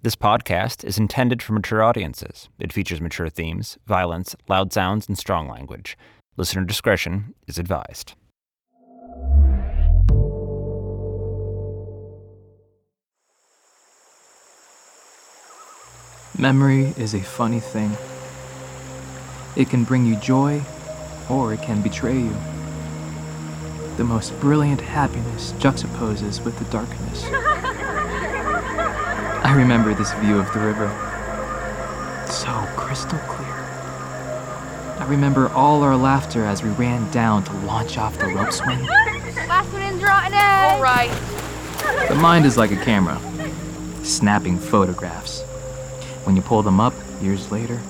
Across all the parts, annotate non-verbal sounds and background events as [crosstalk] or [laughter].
This podcast is intended for mature audiences. It features mature themes, violence, loud sounds, and strong language. Listener discretion is advised. Memory is a funny thing. It can bring you joy, or it can betray you. The most brilliant happiness juxtaposes with the darkness. I remember this view of the river. So crystal clear. I remember all our laughter as we ran down to launch off the rope swing. Last one in draw an egg. All right. The mind is like a camera, snapping photographs. When you pull them up years later,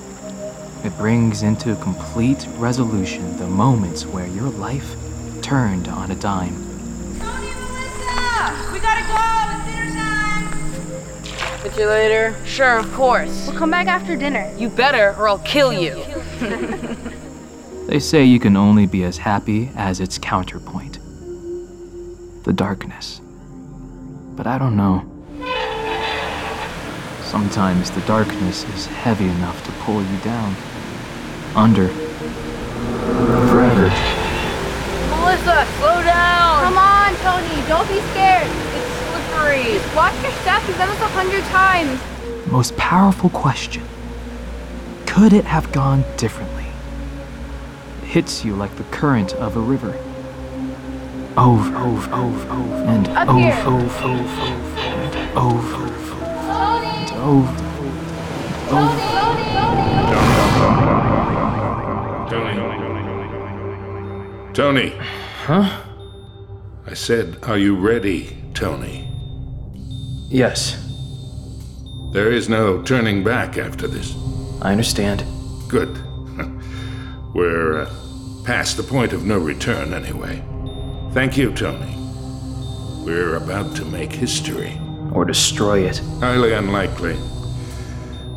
it brings into complete resolution the moments where your life turned on a dime. Sonia, Melissa, we gotta go. It's dinner time. Catch you later. Sure, of course. We'll come back after dinner. You better, or I'll kill [laughs] you. They say you can only be as happy as its counterpoint the darkness. But I don't know. Sometimes the darkness is heavy enough to pull you down. Under. Forever. Melissa, slow down. Come on, Tony. Don't be scared. It's slippery. Just watch your step. You've done this a hundred times. most powerful question could it have gone differently it hits you like the current of a river over over over over and Up over here. over over and over over Tony. and over Tony. Tony. Tony. Tony. Huh? I said, are you ready, Tony? yes There is no turning back after this. i understand Good. [laughs] We're uh, past the point of no return, anyway. Thank you, Tony. We're about to make history. or destroy it Highly unlikely.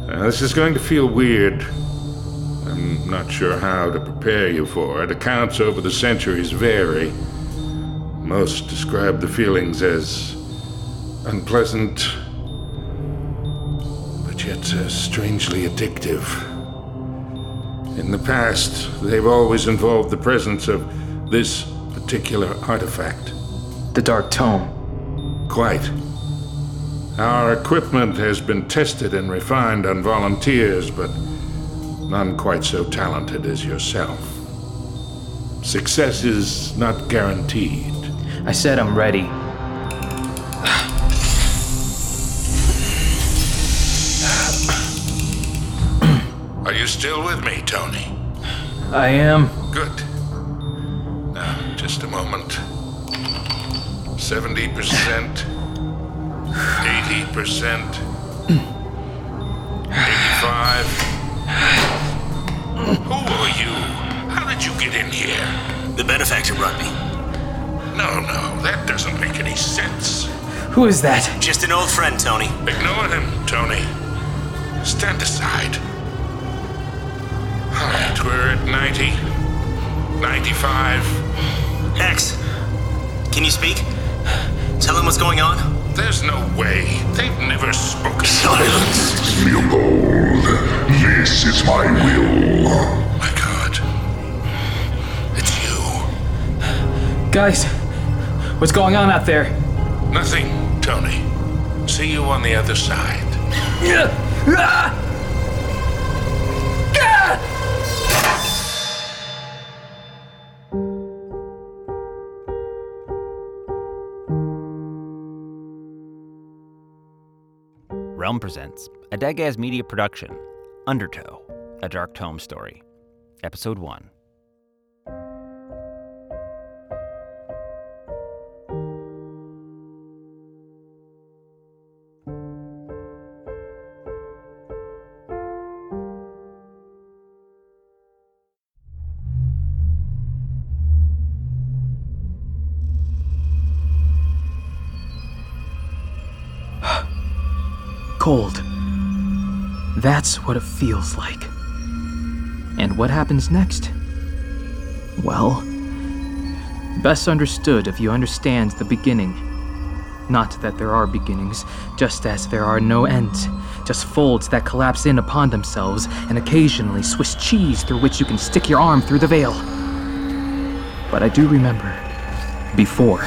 Uh, this is going to feel weird. I'm not sure how to prepare you for it. Accounts over the centuries vary. Most describe the feelings as unpleasant, but yet uh, strangely addictive. In the past, they've always involved the presence of this particular artifact. the dark tome Quite. Our equipment has been tested and refined on volunteers, but none quite so talented as yourself. Success is not guaranteed. i said i'm ready Are you still with me, Tony? i am Good. Now, just a moment. 70%, 80%, 85. Who are you? How did you get in here? The benefactor brought me. No, no, that doesn't make any sense. who is that Just an old friend, Tony. Ignore him, Tony. Stand aside. All right, we're at 90. 95. Hex, can you speak? Tell them what's going on? There's no way. They've never spoken. Silence! Leopold, this is my will. My god. It's you. Guys, what's going on out there? Nothing, Tony. See you on the other side. Realm presents a Dagaz Media production, Undertow, a Dark Tome story, Episode 1. Cold. That's what it feels like. And what happens next? Well, best understood if you understand the beginning. Not that there are beginnings, just as there are no ends, just folds that collapse in upon themselves, and occasionally Swiss cheese through which you can stick your arm through the veil. But I do remember before.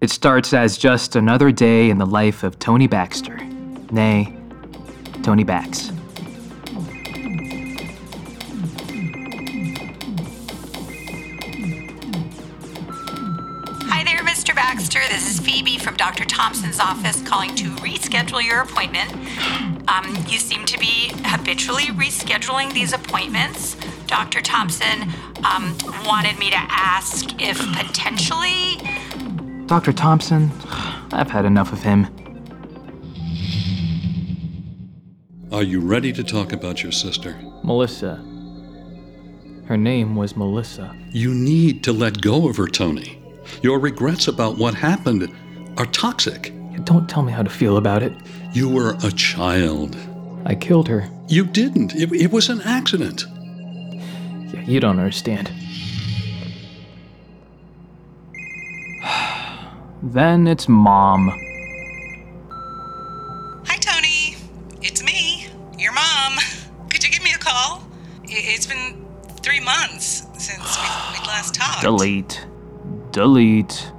It starts as just another day in the life of Tony Baxter. Nay, Tony Bax. Hi there, Mr. Baxter. This is Phoebe from Dr. Thompson's office calling to reschedule your appointment. Um, you seem to be habitually rescheduling these appointments. Dr. Thompson um, wanted me to ask if potentially. Dr. Thompson, [sighs] I've had enough of him. Are you ready to talk about your sister? Melissa. Her name was Melissa. You need to let go of her, Tony. Your regrets about what happened are toxic. Don't tell me how to feel about it. You were a child. I killed her. You didn't. It, it was an accident. Yeah, You don't understand. then it's mom. Hi, Tony. It's me, your mom. Could you give me a call? I- It's been three months since we, we last [laughs] talked. Delete. Delete.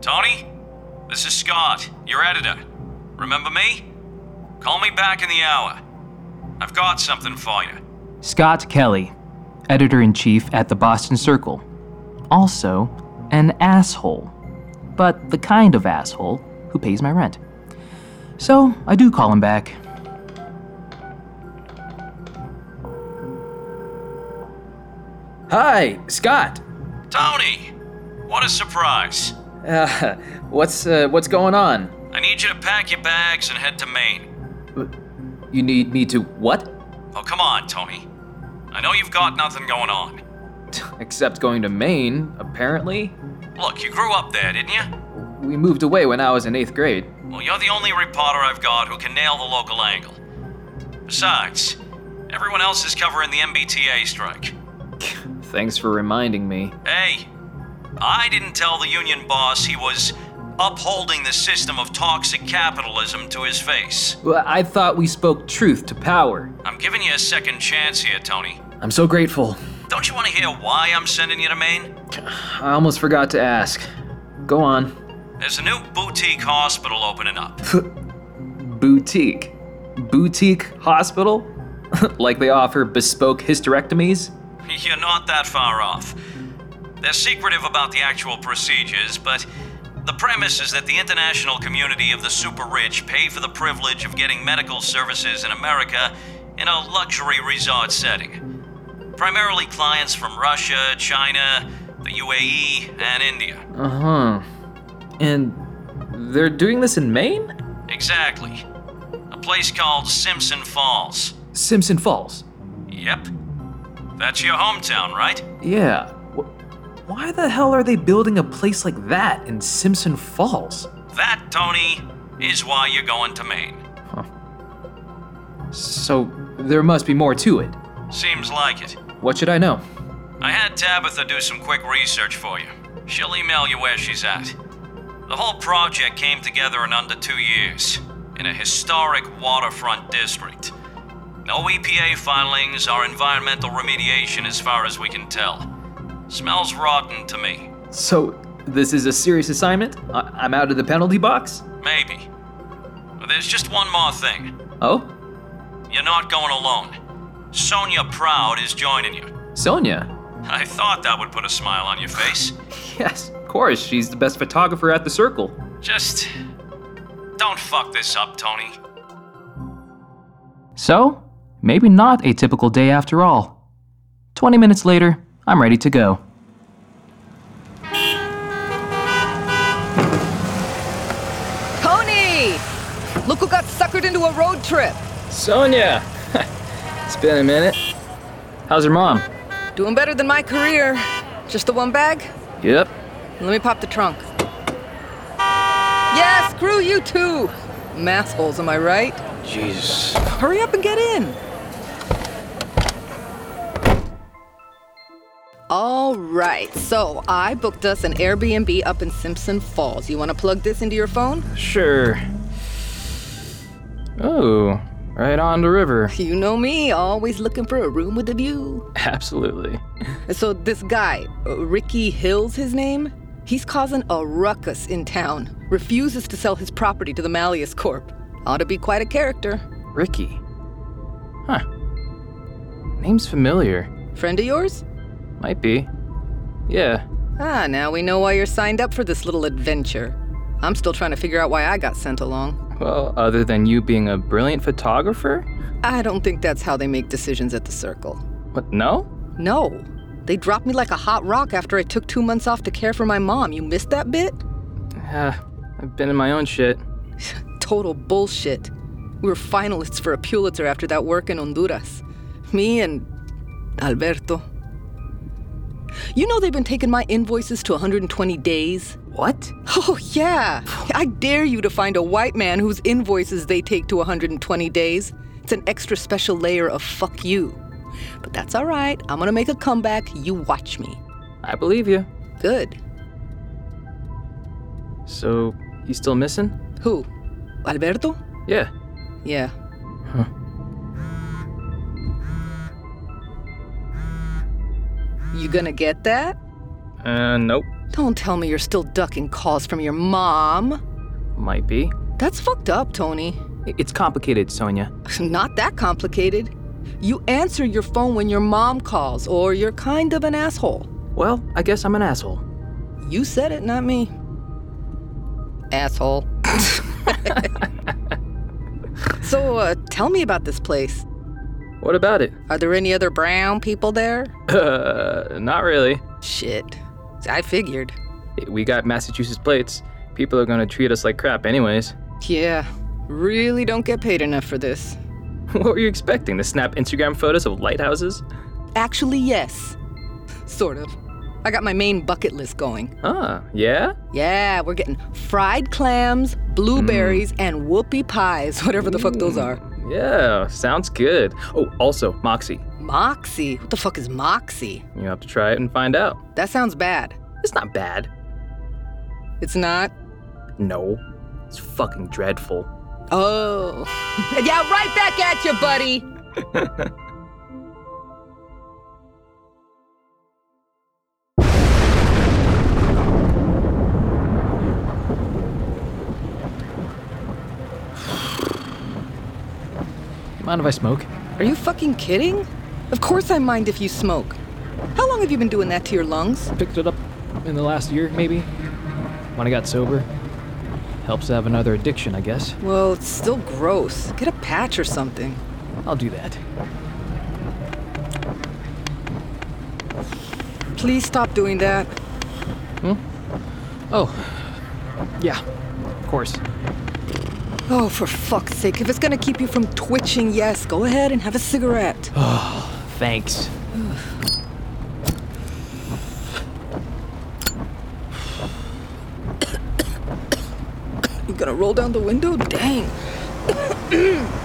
Tony, this is Scott, your editor. Remember me? Call me back in the hour. I've got something for you. Scott Kelly, editor in chief at the Boston Circle. Also, an asshole. But the kind of asshole who pays my rent. So, I do call him back. Hi, Scott. Tony, what a surprise. Uh, what's uh, what's going on? I need you to pack your bags and head to Maine. You need me to what? [laughs] Oh, come on, Tony. I know you've got nothing going on. Except going to Maine, apparently. Look, you grew up there, didn't you? We moved away when I was in 8th grade. [laughs] Well, you're the only reporter I've got who can nail the local angle. Besides, everyone else is covering the MBTA strike. Thanks for reminding me. Hey, I didn't tell the union boss he was upholding the system of toxic capitalism to his face. Well, I thought we spoke truth to power. I'm giving you a second chance here, Tony. I'm so grateful. Don't you want to hear why I'm sending you to Maine? I almost forgot to ask. Go on. There's a new boutique hospital opening up. [laughs] Boutique. Boutique hospital? [laughs] like they offer bespoke hysterectomies? You're not that far off. They're secretive about the actual procedures, but the premise is that the international community of the super rich pay for the privilege of getting medical services in America in a luxury resort setting. Primarily clients from Russia, China, the UAE, and India. Uh huh. And they're doing this in Maine? Exactly. A place called Simpson Falls. Simpson Falls. Yep. That's your hometown, right? Yeah. Why the hell are they building a place like that in Simpson Falls? That, Tony, is why you're going to Maine. So there must be more to it. Seems like it. What should I know? I had Tabitha do some quick research for you. She'll email you where she's at. The whole project came together in under two years in a historic waterfront district. No EPA filings or environmental remediation as far as we can tell. Smells rotten to me. So this is a serious assignment? I- I'm out of the penalty box? Maybe. But there's just one more thing. Oh? You're not going alone. Sonia Proud is joining you. Sonia? I thought that would put a smile on your face. Yes, of course, she's the best photographer at the circle. Just don't fuck this up, Tony. So, maybe not a typical day after all. 20 minutes later, I'm ready to go. Tony! Look who got suckered into a road trip. Sonia! [laughs] it's been a minute. How's your mom? Doing better than my career. Just the one bag? Yep. Let me pop the trunk. Yeah, screw you too! Math holes, am I right? Jesus. Hurry up and get in! All right, so I booked us an Airbnb up in Simpson Falls. You want to plug this into your phone? Sure. Oh, right on the [laughs] river. You know me, always looking for a room with a view. Absolutely. So this guy, uh, Ricky Hill's his name, he's causing a ruckus in town. Refuses to sell his property to the Malleus Corp. Ought to be quite a character. Ricky. Huh. Name's familiar. Friend of yours? Might be. Yeah. Ah, now we know why you're signed up for this little adventure. I'm still trying to figure out why I got sent along. Well, other than you being a brilliant photographer? I don't think that's how they make decisions at the circle. What, no? No. They dropped me like a hot rock after I took two months off to care for my mom. You missed that bit? Uh, I've been in my own shit. Total bullshit. We were finalists for a Pulitzer after that work in Honduras. Me and Alberto. You know they've been taking my invoices to 120 days. What? Oh, yeah. I dare you to find a white man whose invoices they take to 120 days. It's an extra special layer of fuck you. But that's all right. I'm going to make a comeback. You watch me. I believe you. Good. So, you still missing? Who? Alberto? Yeah. Yeah. Huh. You gonna get that? Uh, nope. [laughs] Don't tell me you're still ducking calls from your mom. Might be. That's fucked up, Tony. I- It's complicated, Sonia. [laughs] Not that complicated. You answer your phone when your mom calls, or you're kind of an asshole. Well, I guess I'm an asshole. You said it, not me. [laughs] Asshole. so, uh, tell me about this place. What about it? Are there any other brown people there? Uh, not really. Shit. I figured. We got Massachusetts plates. People are gonna treat us like crap, anyways. [laughs] Yeah, really don't get paid enough for this. What were you expecting? To snap Instagram photos of lighthouses? Actually, yes. Sort of. I got my main bucket list going. Ah, yeah? Yeah, we're getting fried clams, blueberries, Mm. and whoopie pies, [laughs] whatever the fuck those are. Yeah, sounds good. Oh, also, Moxie. Moxie? What the fuck is Moxie? You have to try it and find out. That sounds bad. It's not bad. It's not? No. It's fucking dreadful. Oh. [laughs] yeah, right back at you, buddy. Mind if I smoke? Are you fucking kidding? Of course I mind if you smoke. How long have you been doing that to your lungs? Picked it up in the last year, maybe? When I got sober. Helps to have another addiction, I guess. Well, it's still gross. Get a patch or something. I'll do that. Please stop doing that. Oh. Yeah, of course. [sighs] Oh, for fuck's sake. If it's gonna keep you from twitching, yes, go ahead and have a cigarette. Oh, thanks. You gonna roll down the window? Dang. [coughs]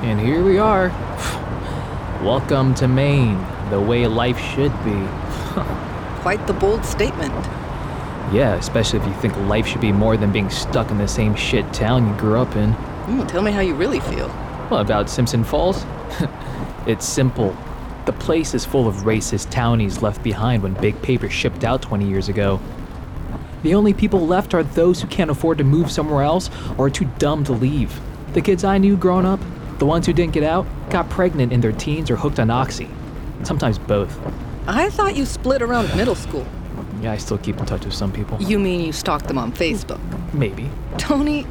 And here we are. [sighs] Welcome to Maine, the way life should be. [laughs] Quite the bold statement. Yeah, especially if you think life should be more than being stuck in the same shit town you grew up in. Hmm, tell me how you really feel. What about Simpson Falls? [laughs] it's simple. The place is full of racist townies left behind when big paper shipped out 20 years ago. The only people left are those who can't afford to move somewhere else or are too dumb to leave. The kids I knew growing up, the ones who didn't get out, got pregnant in their teens or hooked on Oxy. Sometimes both. I thought you split around middle school. Yeah, I still keep in touch with some people. You mean you stalked them on Facebook? Maybe. Tony,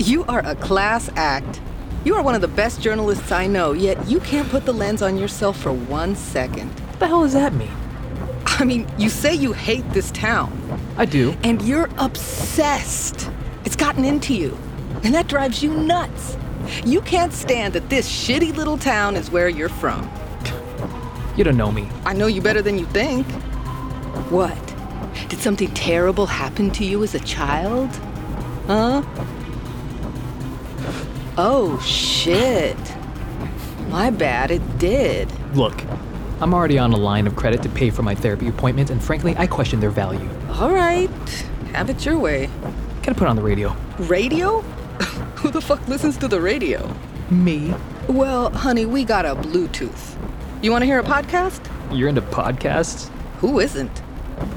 you are a class act. You are one of the best journalists I know, yet you can't put the lens on yourself for one second. What the hell does that mean? I mean, you say you hate this town, I do. and you're obsessed. It's gotten into you, and that drives you nuts. You can't stand that this shitty little town is where you're from. You don't know me. I know you better than you think. What? Did something terrible happen to you as a child? Huh? Oh, shit. My bad, it did. Look, I'm already on a line of credit to pay for my therapy appointments, and frankly, I question their value. All right, have it your way. Gotta put on the radio. Radio? [laughs] Who the fuck listens to the radio? Me? Well, honey, we got a Bluetooth. You wanna hear a podcast? You're into podcasts? Who isn't?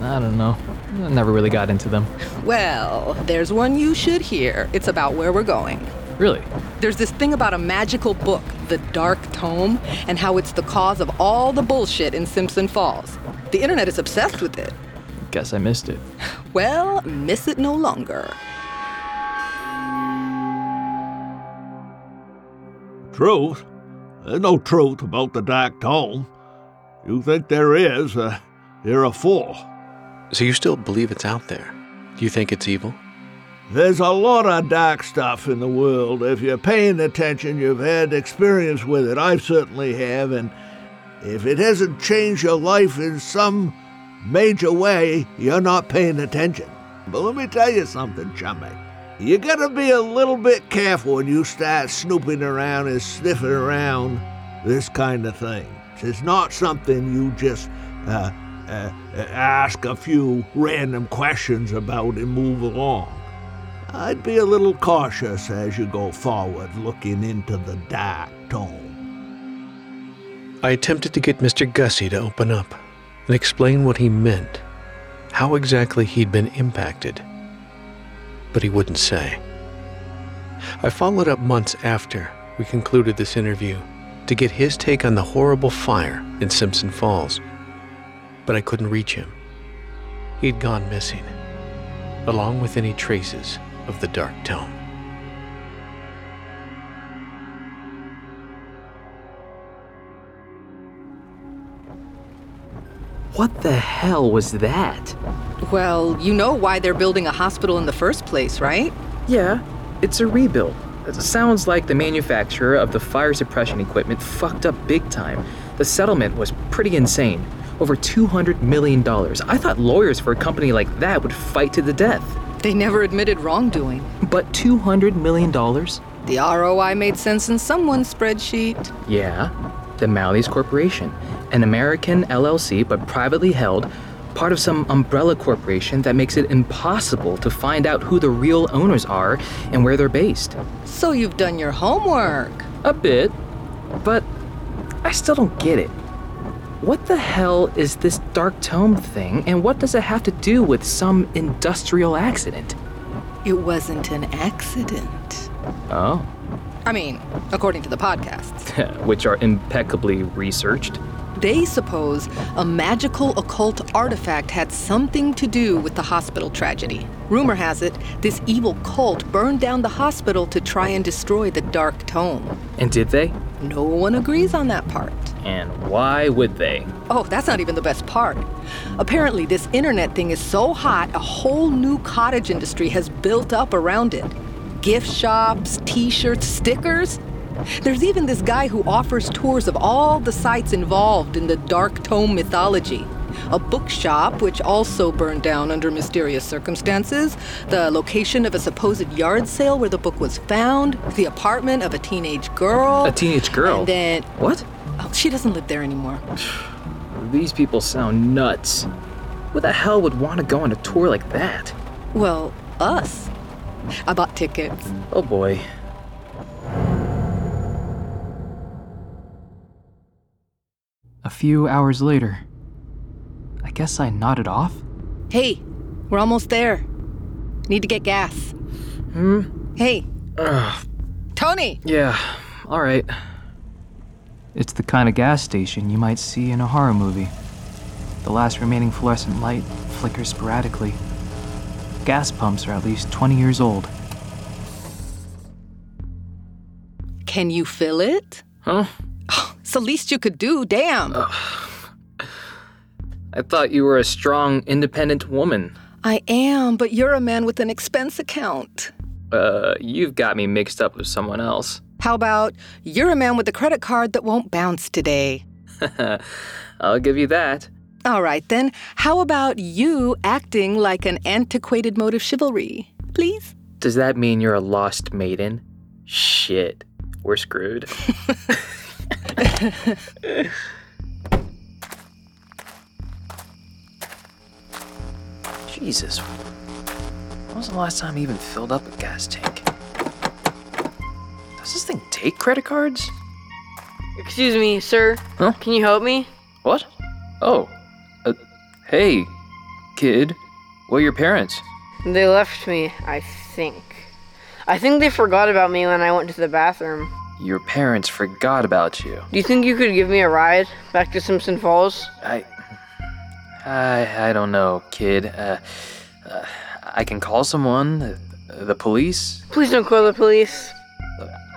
I don't know. I never really got into them. Well, there's one you should hear. It's about where we're going. Really? There's this thing about a magical book, The Dark Tome, and how it's the cause of all the bullshit in Simpson Falls. The internet is obsessed with it. Guess I missed it. Well, miss it no longer. Truth? There's no truth about the Dark Tome. You think there is, uh, you're a fool. So you still believe it's out there? You think it's evil? There's a lot of dark stuff in the world. If you're paying attention, you've had experience with it. I certainly have, and if it hasn't changed your life in some major way, you're not paying attention. But let me tell you something, chummy. You gotta be a little bit careful when you start snooping around and sniffing around this kind of thing. It's not something you just uh, uh, ask a few random questions about and move along. I'd be a little cautious as you go forward looking into the dark tone. I attempted to get Mr. Gussie to open up and explain what he meant, how exactly he'd been impacted. But he wouldn't say. I followed up months after we concluded this interview to get his take on the horrible fire in Simpson Falls, but I couldn't reach him. He'd gone missing, along with any traces of the dark tone. What the hell was that? Well, you know why they're building a hospital in the first place, right? Yeah, it's a rebuild. It sounds like the manufacturer of the fire suppression equipment fucked up big time. The settlement was pretty insane. Over $200 million. I thought lawyers for a company like that would fight to the death. They never admitted wrongdoing. But $200 million? The ROI made sense in someone's spreadsheet. Yeah, the Mallees Corporation, an American LLC but privately held, part of some umbrella corporation that makes it impossible to find out who the real owners are and where they're based. So Oh, you've done your homework. A bit, but I still don't get it. What the hell is this dark tome thing, and what does it have to do with some industrial accident? It wasn't an accident. Oh, [laughs] I mean, according to the podcasts. which are impeccably researched. They suppose a magical occult artifact had something to do with the hospital tragedy. Rumor has it, this evil cult burned down the hospital to try and destroy the Dark Tome. And did they? No one agrees on that part. And why would they? Oh, that's not even the best part. Apparently, this internet thing is so hot, a whole new cottage industry has built up around it. Gift shops, t shirts, stickers. There's even this guy who offers tours of all the sites involved in the Dark Tome mythology. A bookshop, which also burned down under mysterious circumstances, the location of a supposed yard sale where the book was found, the apartment of a teenage girl. A teenage girl? And then. What? Oh, she doesn't live [sighs] there anymore. [laughs] These people sound nuts. Who the hell would want to go on a tour like that? Well, us. I bought tickets. Oh boy. A few hours later, I guess I nodded off. Hey, we're almost there. Need to get gas. Hmm? Hey, Ugh, Tony! yeah, alright. It's the kind of gas station you might see in a horror movie. The last remaining fluorescent light flickers sporadically. Gas pumps are at least 20 years old. Can you fill it? Huh? It's the least you could do, damn. I thought you were a strong, independent woman. I am, but you're a man with an expense account. Uh, you've got me mixed up with someone else. [laughs] How about you're a man with a credit card that won't bounce today? I'll give you that. All right, then, how about you acting like an antiquated mode of chivalry, please? Does that mean you're a lost maiden? Shit, we're screwed. Jesus, when was the last time you even filled up a gas tank? Does this thing take credit cards? Excuse me, sir. Huh? Can you help me? What? Oh, uh, hey, kid, where are your parents? They left me, I think. I think they forgot about me when I went to the bathroom. Your parents forgot about you. Do you think you could give me a ride back to Simpson Falls? I, I, I don't know, kid. Uh, uh, I can call someone, uh, the police. Please don't call the police.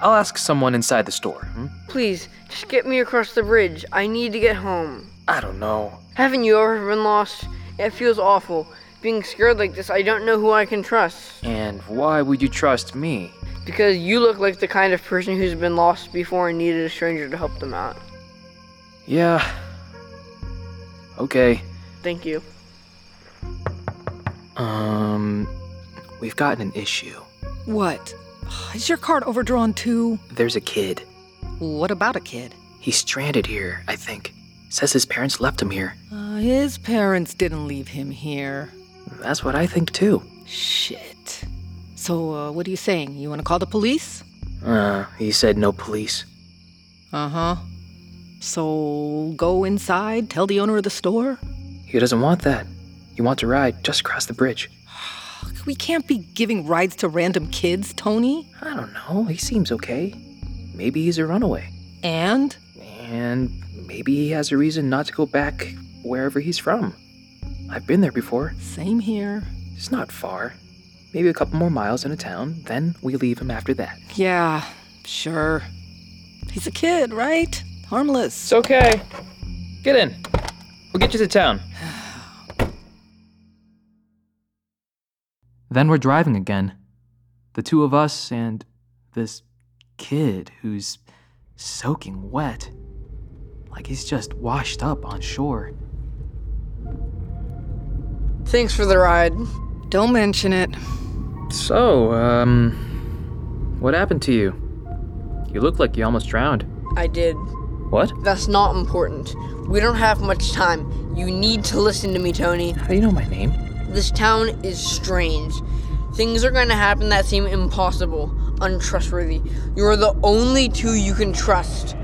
I'll ask someone inside the store. Hmm? Please, just get me across the bridge. I need to get home. I don't know. Haven't you ever been lost? It feels awful. Being scared like this, I don't know who I can trust. And why would you trust me? Because you look like the kind of person who's been lost before and needed a stranger to help them out. Yeah. Okay. Thank you. Um, we've gotten an issue. What? Is your card overdrawn too? There's a kid. What about a kid? He's stranded here, I think. Says his parents left him here. Uh, his parents didn't leave him here. That's what I think too. Shit. So, uh, what are you saying? You want to call the police? Uh, he said no police. Uh Uh-huh. huh. So, go inside, tell the owner of the store? He doesn't want that. You want to ride just across the bridge. We can't be giving rides to random kids, Tony. I don't know. He seems okay. Maybe he's a runaway. And? And maybe he has a reason not to go back wherever he's from. I've been there before. Same here. It's not far. Maybe a couple more miles in a town, then we leave him after that. Yeah, sure. He's a kid, right? Harmless. It's okay. Get in. We'll get you to town. Then we're driving again. The two of us and this kid who's soaking wet. Like he's just washed up on shore. Thanks for the ride. Don't mention it. So, um, what happened to you? You look like you almost drowned. I did. What? That's not important. We don't have much time. You need to listen to me, Tony. How do Oh, you know my name? This town is strange. Things are going to happen that seem impossible, untrustworthy. You are the only two you can trust.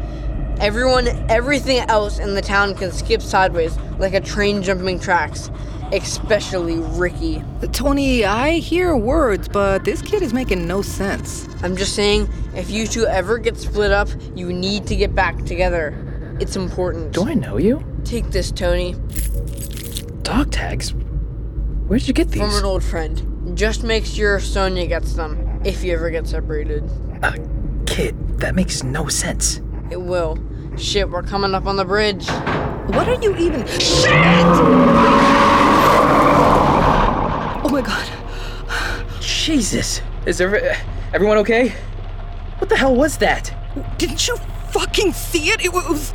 Everyone, everything else in the town can skip sideways like a train jumping tracks, especially Ricky. Tony, I hear words, but this kid is making no sense. I'm just saying, if you two ever get split up, you need to get back together. It's important. Do I know you? Take this, Tony. Dog tags? Where'd you get From these? an old friend. Just make sure Sonia gets them, if you ever get separated. Kid, that makes no sense. It will. Shit, we're coming up on the bridge. What are you even. Shit! Oh my god. Jesus. Is every, everyone okay? What the hell was that? Didn't you fucking see it? It wa- it was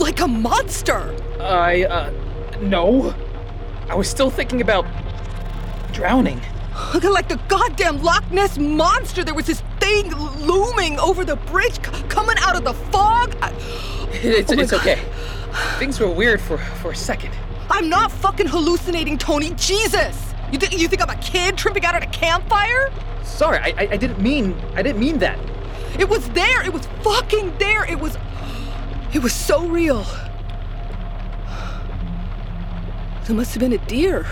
like a monster. I, uh, no. I was still thinking about drowning. Looking like the goddamn Loch Ness monster. There was this thing looming over the bridge, c- coming out of the fog. I, It's, Oh my it's God. okay. Things were weird for, for a second. I'm not fucking hallucinating, Tony. Jesus! You, thi- you think I'm a kid tripping out at a campfire? Sorry, I, I, I didn't mean I didn't mean that. It was there. It was fucking there. It was. It was so real. There must have been a deer.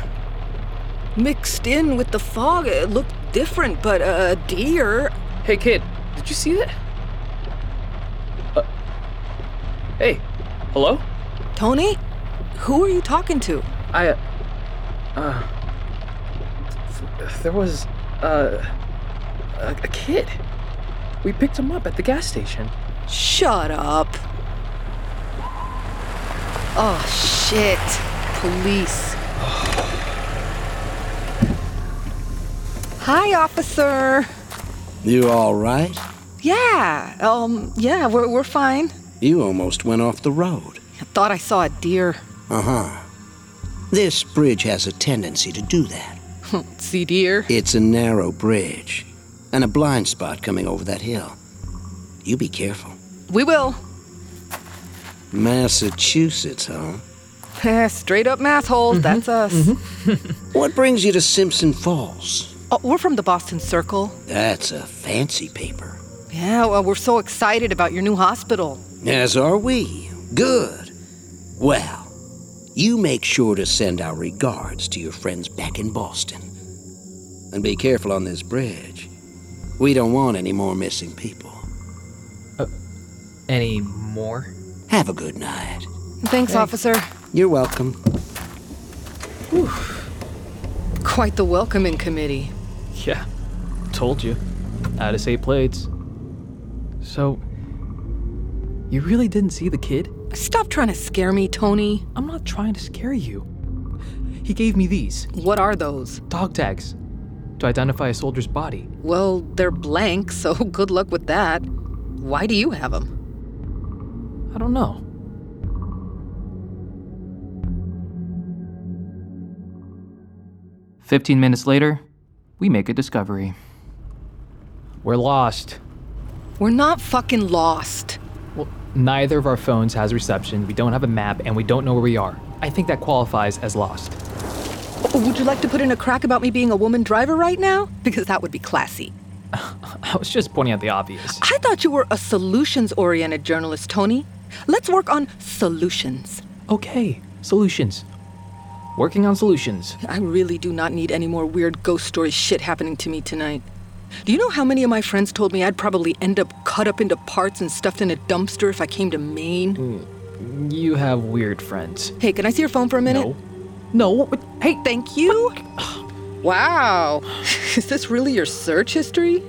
Mixed in with the fog, it looked different, but uh, a deer. Hey, kid, did you see that? Uh, Hey, hello? Tony? Who are you talking to? I, uh, uh, th- there was, uh, a, a kid. We picked him up at the gas station. Shut up. Oh, shit. Police. Hi, officer. You all right? Yeah, um, yeah, we're, we're fine. You almost went off the road. I thought I saw a deer. Uh huh. This bridge has a tendency to do that. See deer? It's a narrow bridge, and a blind spot coming over that hill. You be careful. We will. [laughs] Massachusetts, huh? Straight up mass holes, that's us. [laughs] What brings you to Simpson Falls? Oh, we're from the Boston Circle. That's a fancy paper. Yeah, well, we're so excited about your new hospital. As are we. Good. Well, you make sure to send our regards to your friends back in Boston. And be careful on this bridge. We don't want any more missing people. Uh, Any more? Have a good night. Thanks, officer. You're welcome. Quite the welcoming committee. Yeah, told you. Out of eight plates. So, you really didn't see the kid? Stop trying to scare me, Tony. I'm not trying to scare you. He gave me these. What are those? Dog tags. To identify a soldier's body. Well, they're blank, so [laughs] good luck with that. Why do you have them? I don't know. Fifteen minutes later, we make a discovery. We're lost. We're not fucking lost. Neither of our phones has reception, we don't have a map, and we don't know where we are. I think that qualifies as lost. Oh, Would you like to put in a crack about me being a woman driver right now? [laughs] Because that would be classy. [laughs] I was just pointing out the obvious. I thought you were a solutions oriented journalist, Tony. Let's work on solutions. Okay, solutions. Working on solutions. I really do not need any more weird ghost story shit happening to me tonight. Do you know how many of my friends told me I'd probably end up cut up into parts and stuffed in a dumpster if I came to Maine? You have weird friends. Hey, can I see your phone for a minute? No. No. Hey, thank you. Wow. [laughs] Is this really your search history?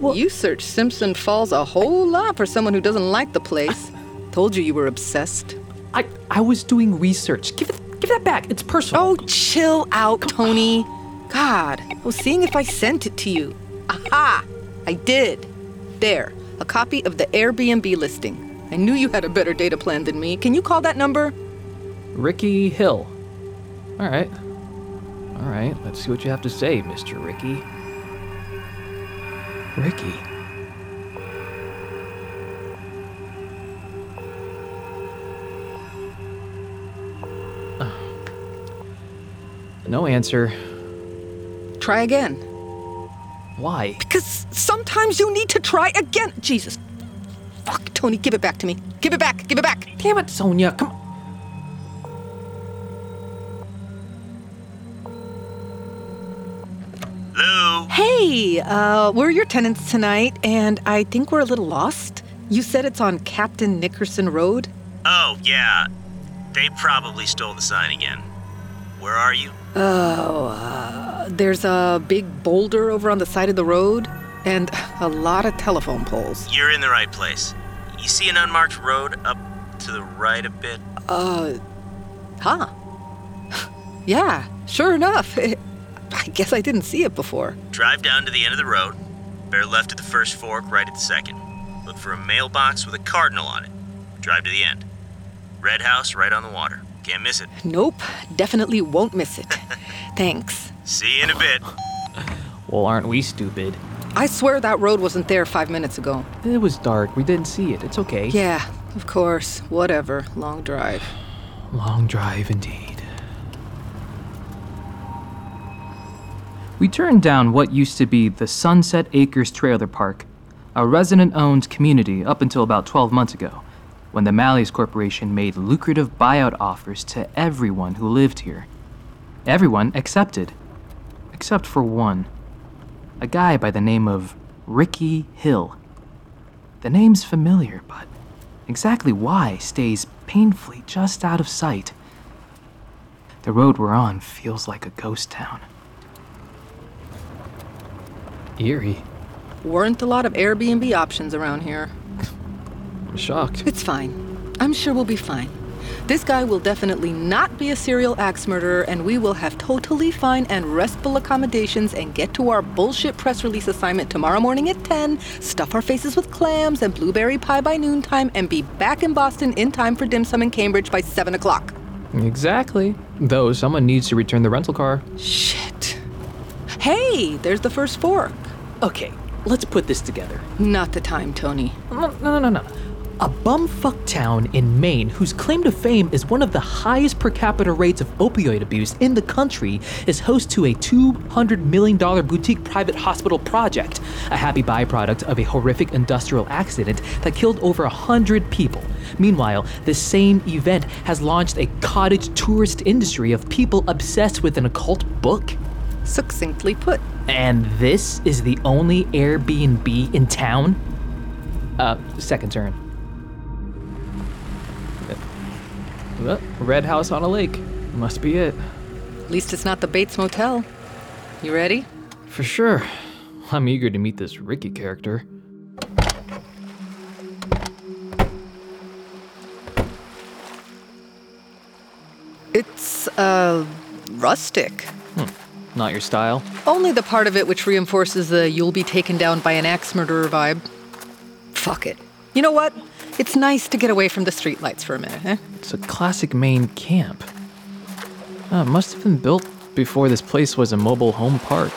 you searched Simpson Falls a whole lot for someone who doesn't like the place. Told you you were obsessed. I I was doing research. Give it give that back. It's personal. Oh, chill out, Tony. God, I was seeing if I sent it to you. Aha! I did. There, a copy of the Airbnb listing. I knew you had a better data plan than me. Can you call that number? Ricky Hill. All right. All right. Let's see what you have to say, Mr. Ricky. [sighs] Ricky. No answer. Try again. Why? Because sometimes you need to try again. Jesus. Fuck, Tony, give it back to me. Give it back. Give it back. Damn it, Sonia. Come on. Hey, uh, we're your tenants tonight, and I think we're a little lost. You said it's on Captain Nickerson Road? Oh, yeah. They probably stole the sign again. Where are you? Oh, uh, there's a big boulder over on the side of the road and a lot of telephone poles. You're in the right place. You see an unmarked road up to the right a bit? Uh, huh. [laughs] yeah, sure enough. [laughs] I guess I didn't see it before. Drive down to the end of the road. Bear left at the first fork, right at the second. Look for a mailbox with a cardinal on it. Drive to the end. Red house right on the water. Can't miss it. Nope, definitely won't miss it. [laughs] Thanks. See you in a bit. Well, aren't we stupid? I swear that road wasn't there five minutes ago. It was dark. We didn't see it. It's okay. Yeah, of course. Whatever. Long drive. Long drive indeed. We turned down what used to be the Sunset Acres Trailer Park, a resident owned community up until about 12 months ago, when the Malleys Corporation made lucrative buyout offers to everyone who lived here. Everyone accepted, except for one a guy by the name of Ricky Hill. The name's familiar, but exactly why stays painfully just out of sight. The road we're on feels like a ghost town. Eerie. Weren't a lot of Airbnb options around here. Shocked. It's fine. I'm sure we'll be fine. This guy will definitely not be a serial axe murderer, and we will have totally fine and restful accommodations and get to our bullshit press release assignment tomorrow morning at 10, stuff our faces with clams and blueberry pie by noontime, and be back in Boston in time for dim sum in Cambridge by 7 o'clock. Exactly. Though someone needs to return the rental car. Shit. Hey, there's the first fork. Okay, let's put this together. Not the time, Tony. No, no, no, no. no. A bumfuck town in Maine whose claim to fame is one of the highest per capita rates of opioid abuse in the country is host to a $200 million boutique private hospital project, a happy byproduct of a horrific industrial accident that killed over 100 people. Meanwhile, this same event has launched a cottage tourist industry of people obsessed with an occult book. Succinctly put. And this is the only Airbnb in town? Uh, second turn. Well, Uh, red house on a lake. Must be it. At least it's not the Bates Motel. You ready? For sure. I'm eager to meet this Ricky character. It's, uh, rustic. Hmm. Not your style? Only the part of it which reinforces the you'll be taken down by an axe murderer vibe. Fuck it. You know what? It's nice to get away from the streetlights for a minute, eh? It's a classic Maine camp. Uh, must have been built before this place was a mobile home park.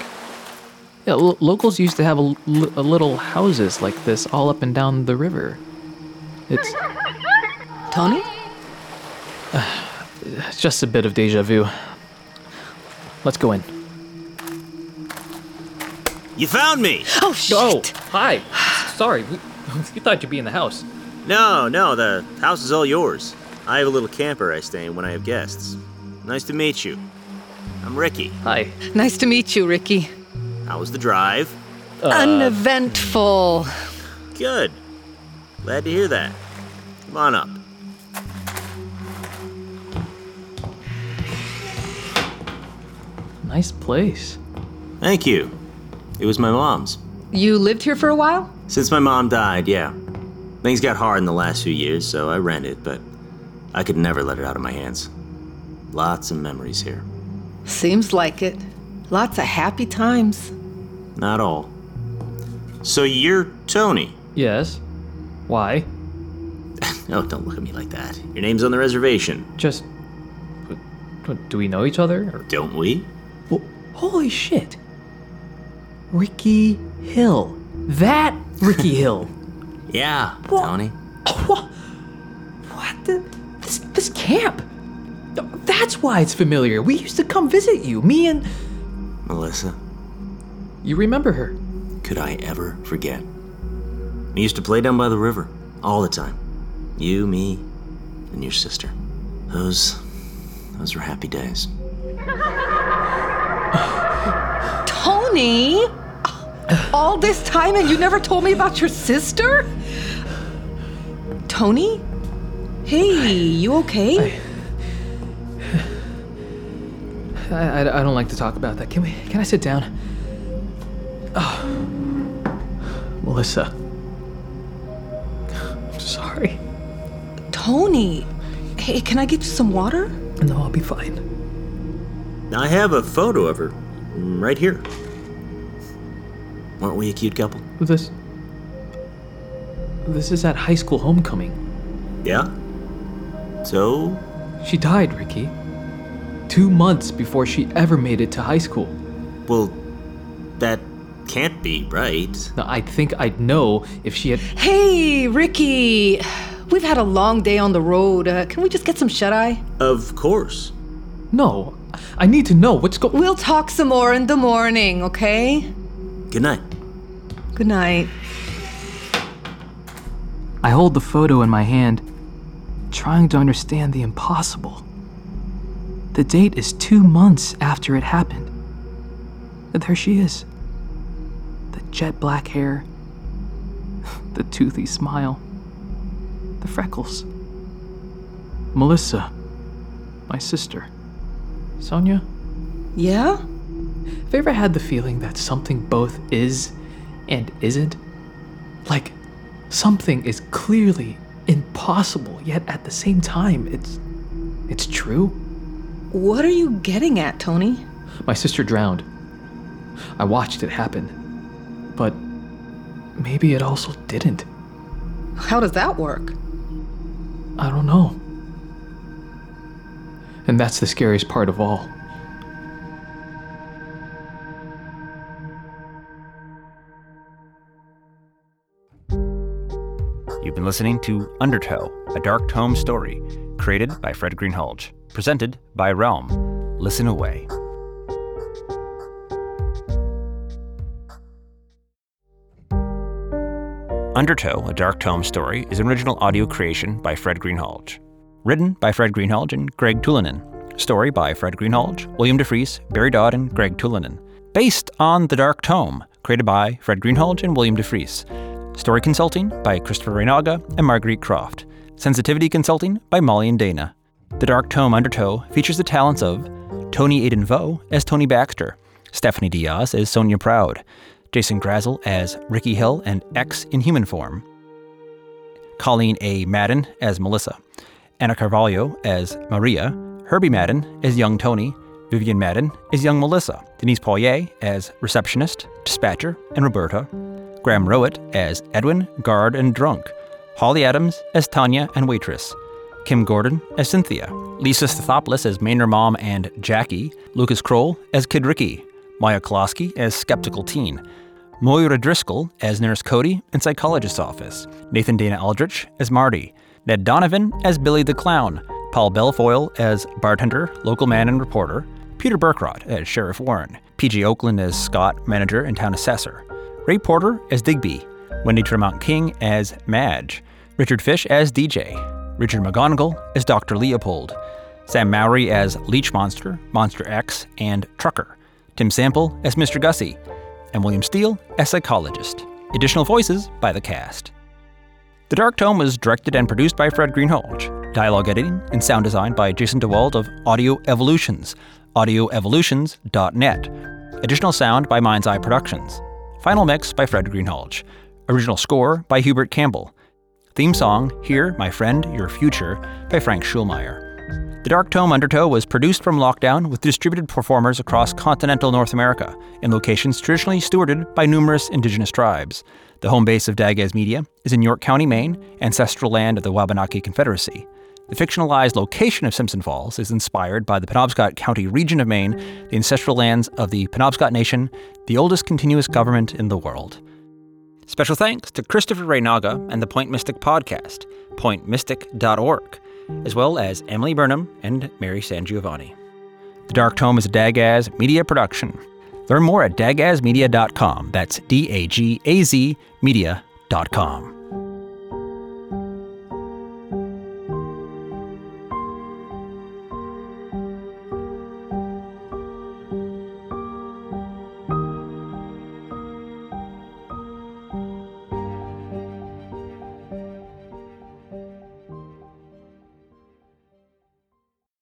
Yeah, lo- locals used to have a, l- a little houses like this all up and down the river. It's. Tony? Uh, just a bit of deja vu. Let's go in. You found me! Oh, shit! Oh, hi! Sorry, we, we thought you'd be in the house. No, no, the house is all yours. I have a little camper I stay in when I have guests. Nice to meet you. I'm Ricky. Hi. Nice to meet you, Ricky. How was the drive? Uh, Uneventful. Good. Glad to hear that. Come on up. Nice place. Thank you. It was my mom's. You lived here for a while? Since my mom died, yeah. Things got hard in the last few years, so I rented, but I could never let it out of my hands. Lots of memories here. Seems like it. Lots of happy times. Not all. So you're Tony? Yes. [laughs] Why? no, don't look at me like that. Your name's on the reservation. Just. Do we know each other? Or... Don't we? Well, holy shit! Ricky Hill. That Ricky [laughs] Hill. Yeah, what? Tony. What? What the? This this camp. That's why it's familiar. We used to come visit you, me and Melissa. You remember her? Could I ever forget? We used to play down by the river all the time. You, me, and your sister. Those those were happy days. Tony, all this time and you never told me about your sister? Tony? Hey, you okay? I, I, I, don't like to talk about that. Can we? Can I sit down? Oh, Melissa. I'm sorry. Tony, hey, can I get you some water? No, I'll be fine. I have a photo of her mm, right here. Weren't we a cute couple? This. This is at high school homecoming. Yeah? So? She died, Ricky. Two months before she ever made it to high school. Well, that can't be right. Now, I'd think I'd know if she had. Hey, Ricky! We've had a long day on the road. Uh, can we just get some shut eye? Of course. No, I need to know what's going. We'll talk some more in the morning, okay? Good night. Good night. I hold the photo in my hand, trying to understand the impossible. The date is two months after it happened. And there she is. The jet black hair, [laughs] the toothy smile, the freckles. Melissa, my sister. Sonia? Yeah? Have you ever had the feeling that something both is and isn't? Like, something is clearly impossible, yet at the same time, it's. it's true? What are you getting at, Tony? My sister drowned. I watched it happen. But maybe it also didn't. How does that work? I don't know. And that's the scariest part of all. You've been listening to Undertow, a dark tome story, created by Fred Greenhalgh, presented by Realm. Listen away. Undertow, a dark tome story, is an original audio creation by Fred Greenhalgh. Written by Fred Greenhalgh and Greg Tulinen. Story by Fred Greenhalgh, William DeFries, Barry Dodd, and Greg Tulinen. Based on The Dark Tome, created by Fred Greenhalgh and William DeFries. Story consulting by Christopher Reynaga and Marguerite Croft. Sensitivity consulting by Molly and Dana. The Dark Tome Undertow features the talents of Tony Aiden Vo as Tony Baxter, Stephanie Diaz as Sonia Proud, Jason Grazel as Ricky Hill and X in human form, Colleen A. Madden as Melissa, Anna Carvalho as Maria, Herbie Madden as young Tony, Vivian Madden as young Melissa, Denise Poirier as receptionist, dispatcher, and Roberta, Graham Rowett as Edwin, guard, and drunk, Holly Adams as Tanya and waitress, Kim Gordon as Cynthia, Lisa Stathopoulos as Maynard Mom and Jackie, Lucas Kroll as Kid Ricky, Maya Kolosky as Skeptical Teen, Moira Driscoll as Nurse Cody and Psychologist's Office, Nathan Dana Aldrich as Marty, Ned Donovan as Billy the Clown, Paul Belfoyle as Bartender, Local Man and Reporter, Peter Burkrot as Sheriff Warren, PG Oakland as Scott, Manager and Town Assessor, Ray Porter as Digby, Wendy Tremont King as Madge, Richard Fish as DJ, Richard McGonigal as Dr. Leopold, Sam Mowry as Leech Monster, Monster X, and Trucker, Tim Sample as Mr. Gussie, and William Steele as Psychologist. Additional voices by the cast. The Dark Tome was directed and produced by Fred Greenhalgh. Dialogue editing and sound design by Jason DeWald of Audio Evolutions, audioevolutions.net. Additional sound by Mind's Eye Productions. Final mix by Fred Greenhalgh. Original score by Hubert Campbell. Theme song Here, My Friend, Your Future by Frank Schulmeyer. The Dark Tome Undertow was produced from lockdown with distributed performers across continental North America in locations traditionally stewarded by numerous indigenous tribes. The home base of Dagaz Media is in York County, Maine, ancestral land of the Wabanaki Confederacy. The fictionalized location of Simpson Falls is inspired by the Penobscot County region of Maine, the ancestral lands of the Penobscot Nation, the oldest continuous government in the world. Special thanks to Christopher Reynaga and the Point Mystic podcast, pointmystic.org, as well as Emily Burnham and Mary San Giovanni. The Dark Tome is a Dagaz media production. Learn more at dagazmedia.com. That's D A G A Z media.com.